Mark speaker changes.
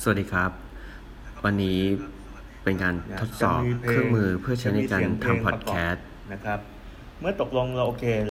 Speaker 1: สวัสดีครับ วันนี้เป็นการทดสอบเครื่องมือเพื่อใช้ในการทำพอดแคสต์
Speaker 2: นะครับ เมื่อตกลงเราโอเค